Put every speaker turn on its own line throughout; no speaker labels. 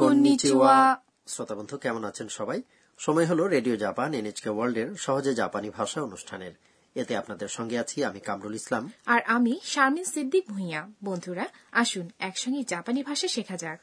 Konnichiwa.
শ্রোতা বন্ধু কেমন আছেন সবাই সময় হলো রেডিও জাপান এনএচকে ওয়ার্ল্ডের সহজে জাপানি ভাষা অনুষ্ঠানের এতে আপনাদের সঙ্গে আছি আমি কামরুল ইসলাম
আর আমি শারমিন সিদ্দিক ভুঁইয়া বন্ধুরা আসুন একসঙ্গে জাপানি ভাষা শেখা যাক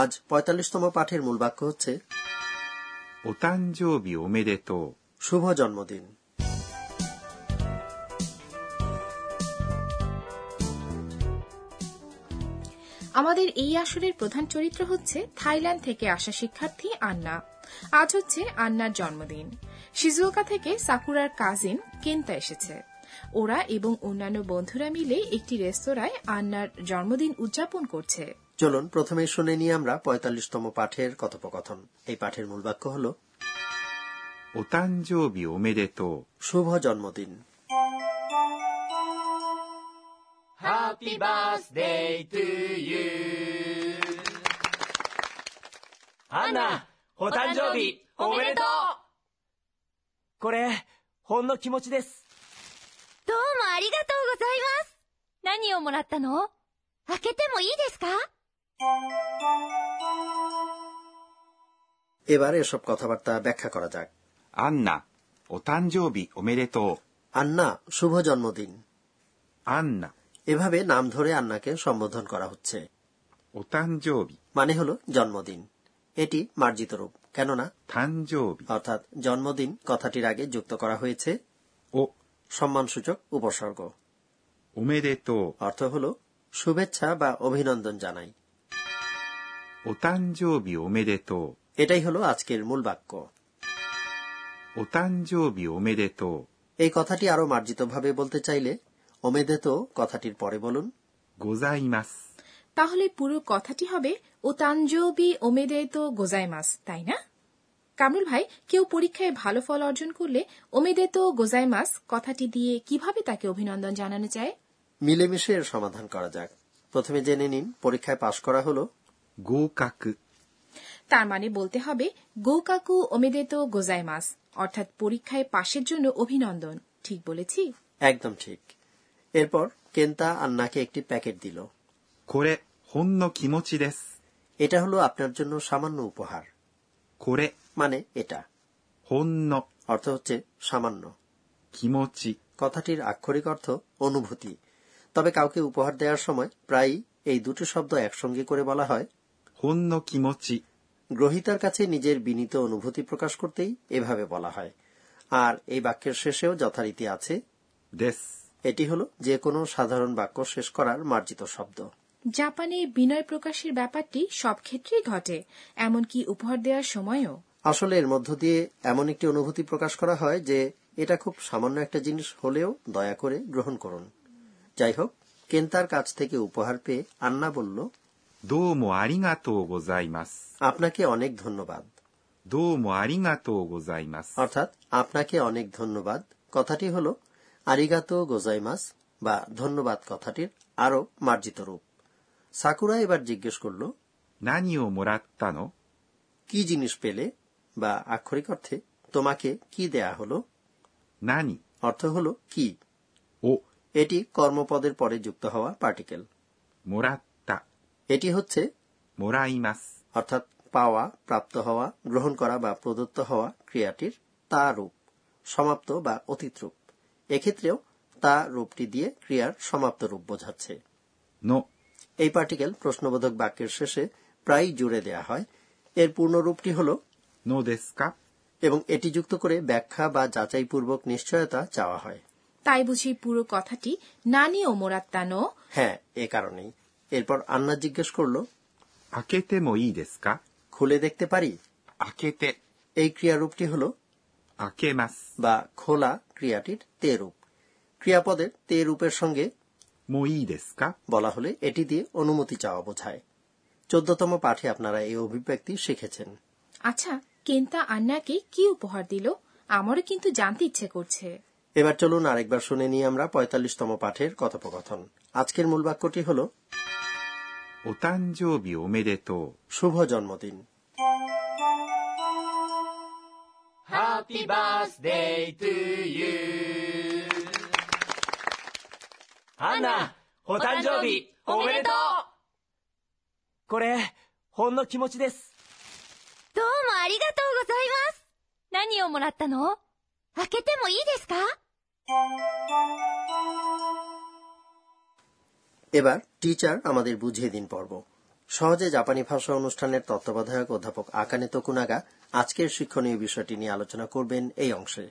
আজ পঁয়তাল্লিশতম পাঠের মূল বাক্য হচ্ছে
お誕生日おめでと
শুভ জন্মদিন
আমাদের এই আসরের প্রধান চরিত্র হচ্ছে থাইল্যান্ড থেকে আসা শিক্ষার্থী আন্না আজ হচ্ছে আন্নার জন্মদিন শিজুওকা থেকে সাকুরার কাজিন কেন্তা এসেছে ওরা এবং অন্যান্য বন্ধুরা মিলে একটি রেস্তোরাঁয় আন্নার জন্মদিন উদযাপন করছে
চলুন প্রথমে শুনে নিই আমরা পঁয়তাল্লিশতম পাঠের কথোপকথন এই পাঠের মূল বাক্য হলো
うお誕生日おめでと
শুভ জন্মদিন
Happy birthday to you アンナ、お誕生日おめでとうこれ、ほんの気持ちです。
どうもありがとうございます。何をもらったの開けてもいいですか
এবার এসব কথাবার্তা ব্যাখ্যা করা যাক
うアンナお誕生日おめでと
আন্না শুভ জন্মদিন
うアンナ
এভাবে নাম ধরে আন্নাকে সম্বোধন করা হচ্ছে
お誕生日
মানে হলো জন্মদিন এটি মার্জিত রূপ কেননা
誕生日
অর্থাৎ জন্মদিন কথাটির আগে যুক্ত করা হয়েছে
お
সম্মানসূচক উপসর্গ
おめでと
অর্থ হলো শুভেচ্ছা বা অভিনন্দন জানাই
うお誕生日おめでと
এটাই হলো আজকের মূল বাক্য
うお誕生日おめでと
এই কথাটি আরো মার্জিতভাবে বলতে চাইলে ওমেদে তো কথাটির পরে বলুন
うございます
তাহলে পুরো কথাটি হবে ও তাঞ্জবি ওমেদে তো গোজাইমাস তাই না কামরুল ভাই কেউ পরীক্ষায় ভালো ফল অর্জন করলে ওমেদে তো গোজাইমাস কথাটি দিয়ে কিভাবে তাকে অভিনন্দন জানানো যায়
মিলেমিশে এর সমাধান করা যাক প্রথমে জেনে নিন পরীক্ষায় পাশ করা হলো
合格
তার মানে বলতে হবে গোকাকু ওমেদে তো গোজাইমাস অর্থাৎ পরীক্ষায় পাশের জন্য অভিনন্দন ঠিক বলেছি
একদম ঠিক এরপর কেন্তা আন্নাকে একটি প্যাকেট দিল
これほんの気持ちです
এটা হলো আপনার জন্য সামান্য উপহার
これ
মানে এটা
ほんの
অর্থ হচ্ছে সামান্য
気持ち
কথাটির আক্ষরিক অর্থ অনুভূতি তবে কাউকে উপহার দেওয়ার সময় প্রায়ই এই দুটো শব্দ একসঙ্গে করে বলা হয়
ほんの気持ち
গ্রহিতার কাছে নিজের বিনীত অনুভূতি প্রকাশ করতেই এভাবে বলা হয় আর এই বাক্যের শেষেও যথারীতি আছে
です。
এটি হলো যে কোনো সাধারণ বাক্য শেষ করার মার্জিত শব্দ
জাপানে বিনয় প্রকাশের ব্যাপারটি সব ক্ষেত্রেই ঘটে এমনকি উপহার দেওয়ার সময়ও
আসলে এর মধ্য দিয়ে এমন একটি অনুভূতি প্রকাশ করা হয় যে এটা খুব সামান্য একটা জিনিস হলেও দয়া করে গ্রহণ করুন যাই হোক কেন্তার কাছ থেকে উপহার পেয়ে আন্না বলল
どうもありがとうございます。
আপনাকে অনেক ধন্যবাদ
どうもありがとうございます。
অর্থাৎ আপনাকে অনেক ধন্যবাদ কথাটি হলো আরিগাতো গোজাইমাস বা ধন্যবাদ কথাটির আরো মার্জিত রূপ সাকুরা এবার জিজ্ঞেস করল
何をもらったの
কি জিনিস পেলে বা আক্ষরিক অর্থে তোমাকে কি দেয়া হলো
何
অর্থ হলো কি
を
এটি কর্মপদের পরে যুক্ত হওয়া পার্টিকেল
もらった、
এটি হচ্ছে
もらいます。
অর্থাৎ পাওয়া প্রাপ্ত হওয়া গ্রহণ করা বা প্রদত্ত হওয়া ক্রিয়াটির তা রূপ সমাপ্ত বা অতীত রূপ এক্ষেত্রেও তা রূপটি দিয়ে ক্রিয়ার সমাপ্ত রূপ বোঝাচ্ছে
の、
এই পার্টিকেল প্রশ্নবোধক বাক্যের শেষে প্রায়ই জুড়ে দেয়া হয় এর পূর্ণ রূপটি হল
のですか
এবং এটি যুক্ত করে ব্যাখ্যা বা যাচাইপূর্বক নিশ্চয়তা চাওয়া হয়
তাই বুঝি পুরো কথাটি নানি ও মোরাত্তানো
হ্যাঁ এ কারণেই এরপর আন্না জিজ্ঞেস করলো
開けてもいいですか
খুলে দেখতে পারি
開けて、
এই ক্রিয়ারূপটি হল
開けます。
বা খোলা ক্রিয়াটির তে রূপ ক্রিয়াপদের তে রূপের সঙ্গে
もういいですか
বলা হলে এটি দিয়ে অনুমতি চাওয়া বোঝায় চোদ্দতম পাঠে আপনারা এই অভিব্যক্তি শিখেছেন
আচ্ছা কেন্তা আন্নাকে কি উপহার দিল আমারও কিন্তু জানতে ইচ্ছে করছে
এবার চলুন আরেকবার শুনে নিই আমরা পঁয়তাল্লিশতম পাঠের কথোপকথন আজকের মূল বাক্যটি হল
お誕生日おめでと
শুভ জন্মদিন
ハッピーバースデートゥユーアンナ、お誕生日おめでとうこれ、ほんの気持ちです。
どりがとうございます。何をもらったの開けてもいいですか
এবার টিচার আমাদের বুঝিয়ে দিন পর্ব সহজে জাপানি ভাষা অনুষ্ঠানের তত্ত্বাবধায়ক অধ্যাপক আকানে তকুনাগা আজকের শিক্ষণীয় বিষয়টি নিয়ে আলোচনা করবেন এই অংশে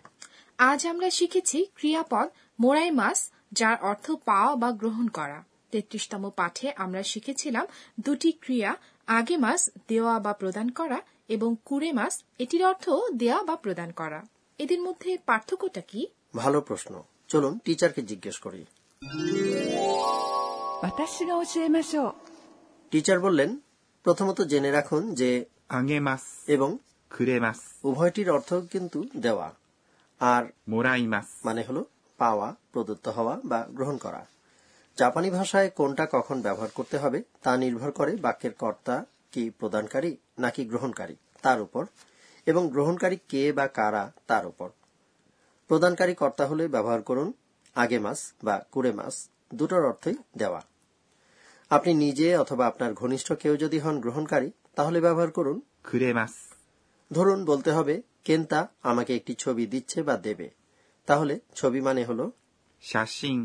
আজ আমরা শিখেছি ক্রিয়াপদ মোরাই মাস যার অর্থ পাওয়া বা গ্রহণ করা তেত্রিশতম পাঠে আমরা শিখেছিলাম দুটি ক্রিয়া আগে মাস দেওয়া বা প্রদান করা এবং কুড়ে মাস এটির অর্থ দেওয়া বা প্রদান করা এদের মধ্যে পার্থক্যটা কি
ভালো প্রশ্ন চলুন টিচারকে জিজ্ঞেস করি
私が教えましょう
টিচার বললেন প্রথমত জেনে রাখুন যে
あげます。
এবং
くれます。
উভয়টির অর্থ কিন্তু দেওয়া আর
もらいます。
মানে হলো পাওয়া প্রদত্ত হওয়া বা গ্রহণ করা জাপানি ভাষায় কোনটা কখন ব্যবহার করতে হবে তা নির্ভর করে বাক্যের কর্তা কি প্রদানকারী নাকি গ্রহণকারী তার উপর এবং গ্রহণকারী কে বা কারা তার উপর প্রদানকারী কর্তা হলে ব্যবহার করুন আগে মাস বা কুড়ে মাস দুটোর অর্থই দেওয়া আপনি নিজে অথবা আপনার ঘনিষ্ঠ কেউ যদি হন গ্রহণকারী তাহলে ব্যবহার করুন
くれます。
ধরুন বলতে হবে কেন্তা আমাকে একটি ছবি দিচ্ছে বা দেবে তাহলে ছবি মানে হলো
写真、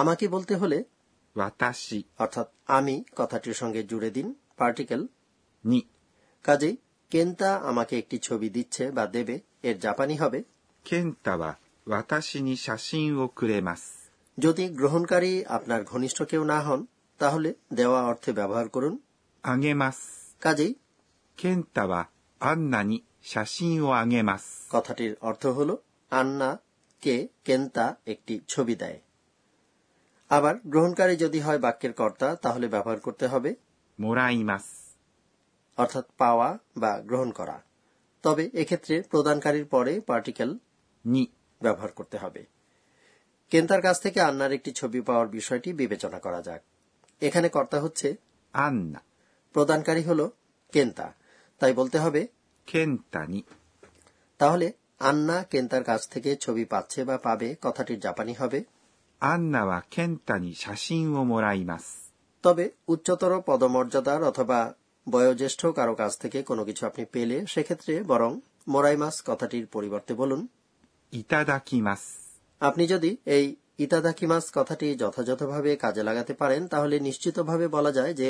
আমাকে বলতে হলে
私
অর্থাৎ আমি কথাটির সঙ্গে জুড়ে দিন পার্টিকেল
に、
কাজেই কেন্তা আমাকে একটি ছবি দিচ্ছে বা দেবে এর জাপানি হবে
ケンタは私に写真をくれます。
যদি গ্রহণকারী আপনার ঘনিষ্ঠ কেউ না হন তাহলে দেওয়া অর্থে ব্যবহার করুন
あげます。
কাজেই
ケンタはアンナに写真をあげます。
কথাটির অর্থ হল আন্না কে কেন্তা একটি ছবি দেয় আবার গ্রহণকারী যদি হয় বাক্যের কর্তা তাহলে ব্যবহার করতে হবে
もらいます。
অর্থাৎ পাওয়া বা গ্রহণ করা তবে এক্ষেত্রে প্রদানকারীর পরে পার্টিকেল
に、
ব্যবহার করতে হবে কেন্তার কাছ থেকে আন্নার একটি ছবি পাওয়ার বিষয়টি বিবেচনা করা যাক এখানে কর্তা হচ্ছে
アンナ、
প্রদানকারী হল কেন্তা তাই বলতে হবে
ケンタに、
তাহলে আন্না কেন্তার কাছ থেকে ছবি পাচ্ছে বা পাবে কথাটির জাপানি হবে
アンナはケンタに写真をもらいます。
তবে উচ্চতর পদমর্যাদার অথবা বয়োজ্যেষ্ঠ কারো কাছ থেকে কোনো কিছু আপনি পেলে সেক্ষেত্রে বরং মোরাইমাস কথাটির পরিবর্তে বলুন
いただきます。
আপনি যদি এই ইতাদাকিমাস কথাটি যথাযথভাবে কাজে লাগাতে পারেন তাহলে নিশ্চিতভাবে বলা যায় যে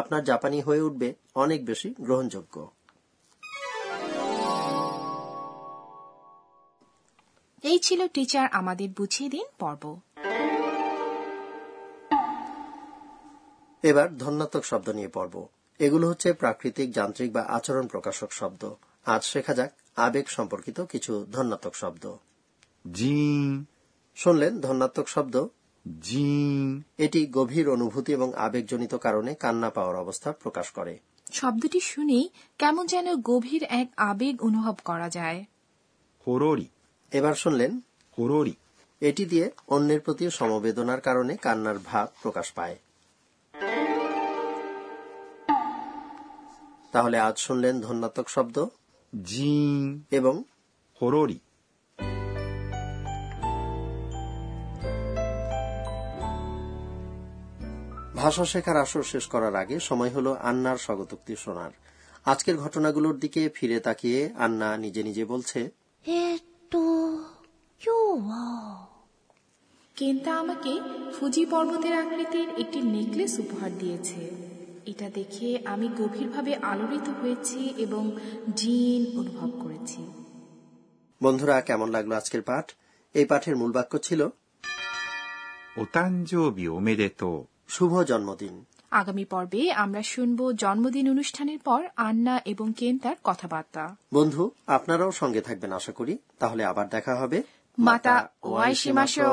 আপনার জাপানি হয়ে উঠবে অনেক বেশি গ্রহণযোগ্য
এই ছিল টিচার আমাদের বুঝিয়ে দিন পর্ব
এবার ধন্যাত্মক শব্দ নিয়ে পড়ব এগুলো হচ্ছে প্রাকৃতিক যান্ত্রিক বা আচরণ প্রকাশক শব্দ আজ শেখা যাক আবেগ সম্পর্কিত কিছু ধন্যাত্মক শব্দ
ジーン、
শুনলেন ধন্যাত্মক শব্দ
ジーン、
এটি গভীর অনুভূতি এবং আবেগজনিত কারণে কান্না পাওয়ার অবস্থা প্রকাশ করে
শব্দটি শুনেই কেমন যেন গভীর এক আবেগ অনুভব করা যায়
ほろり、
এবার শুনলেন
ほろり、
এটি দিয়ে অন্যের প্রতি সমবেদনার কারণে কান্নার ভাব প্রকাশ পায় তাহলে আজ শুনলেন ধন্যাত্মক শব্দ
ジーン、
এবং
ほろり。
ভাষা শেখার আসর শেষ করার আগে সময় হলো আন্নার স্বগতোক্তি শোনার আজকের ঘটনাগুলোর দিকে ফিরে তাকিয়ে আন্না নিজে নিজে বলছে
えーっと、今日は、
কেন্তা আমাকে ফুজি পর্বতের আকৃতির একটি নেকলেস উপহার দিয়েছে এটা দেখে আমি গভীরভাবে আলোড়িত হয়েছি এবং জিন অনুভব করেছি
বন্ধুরা কেমন লাগলো আজকের পাঠ এই পাঠের মূল বাক্য ছিল
お誕生日おめでとう。
শুভ জন্মদিন
আগামী পর্বে আমরা শুনব জন্মদিন অনুষ্ঠানের পর আন্না এবং কেন্তার কথাবার্তা
বন্ধু আপনারাও সঙ্গে থাকবেন আশা করি তাহলে আবার দেখা হবে
মাতা ওয়াইশিমাশো।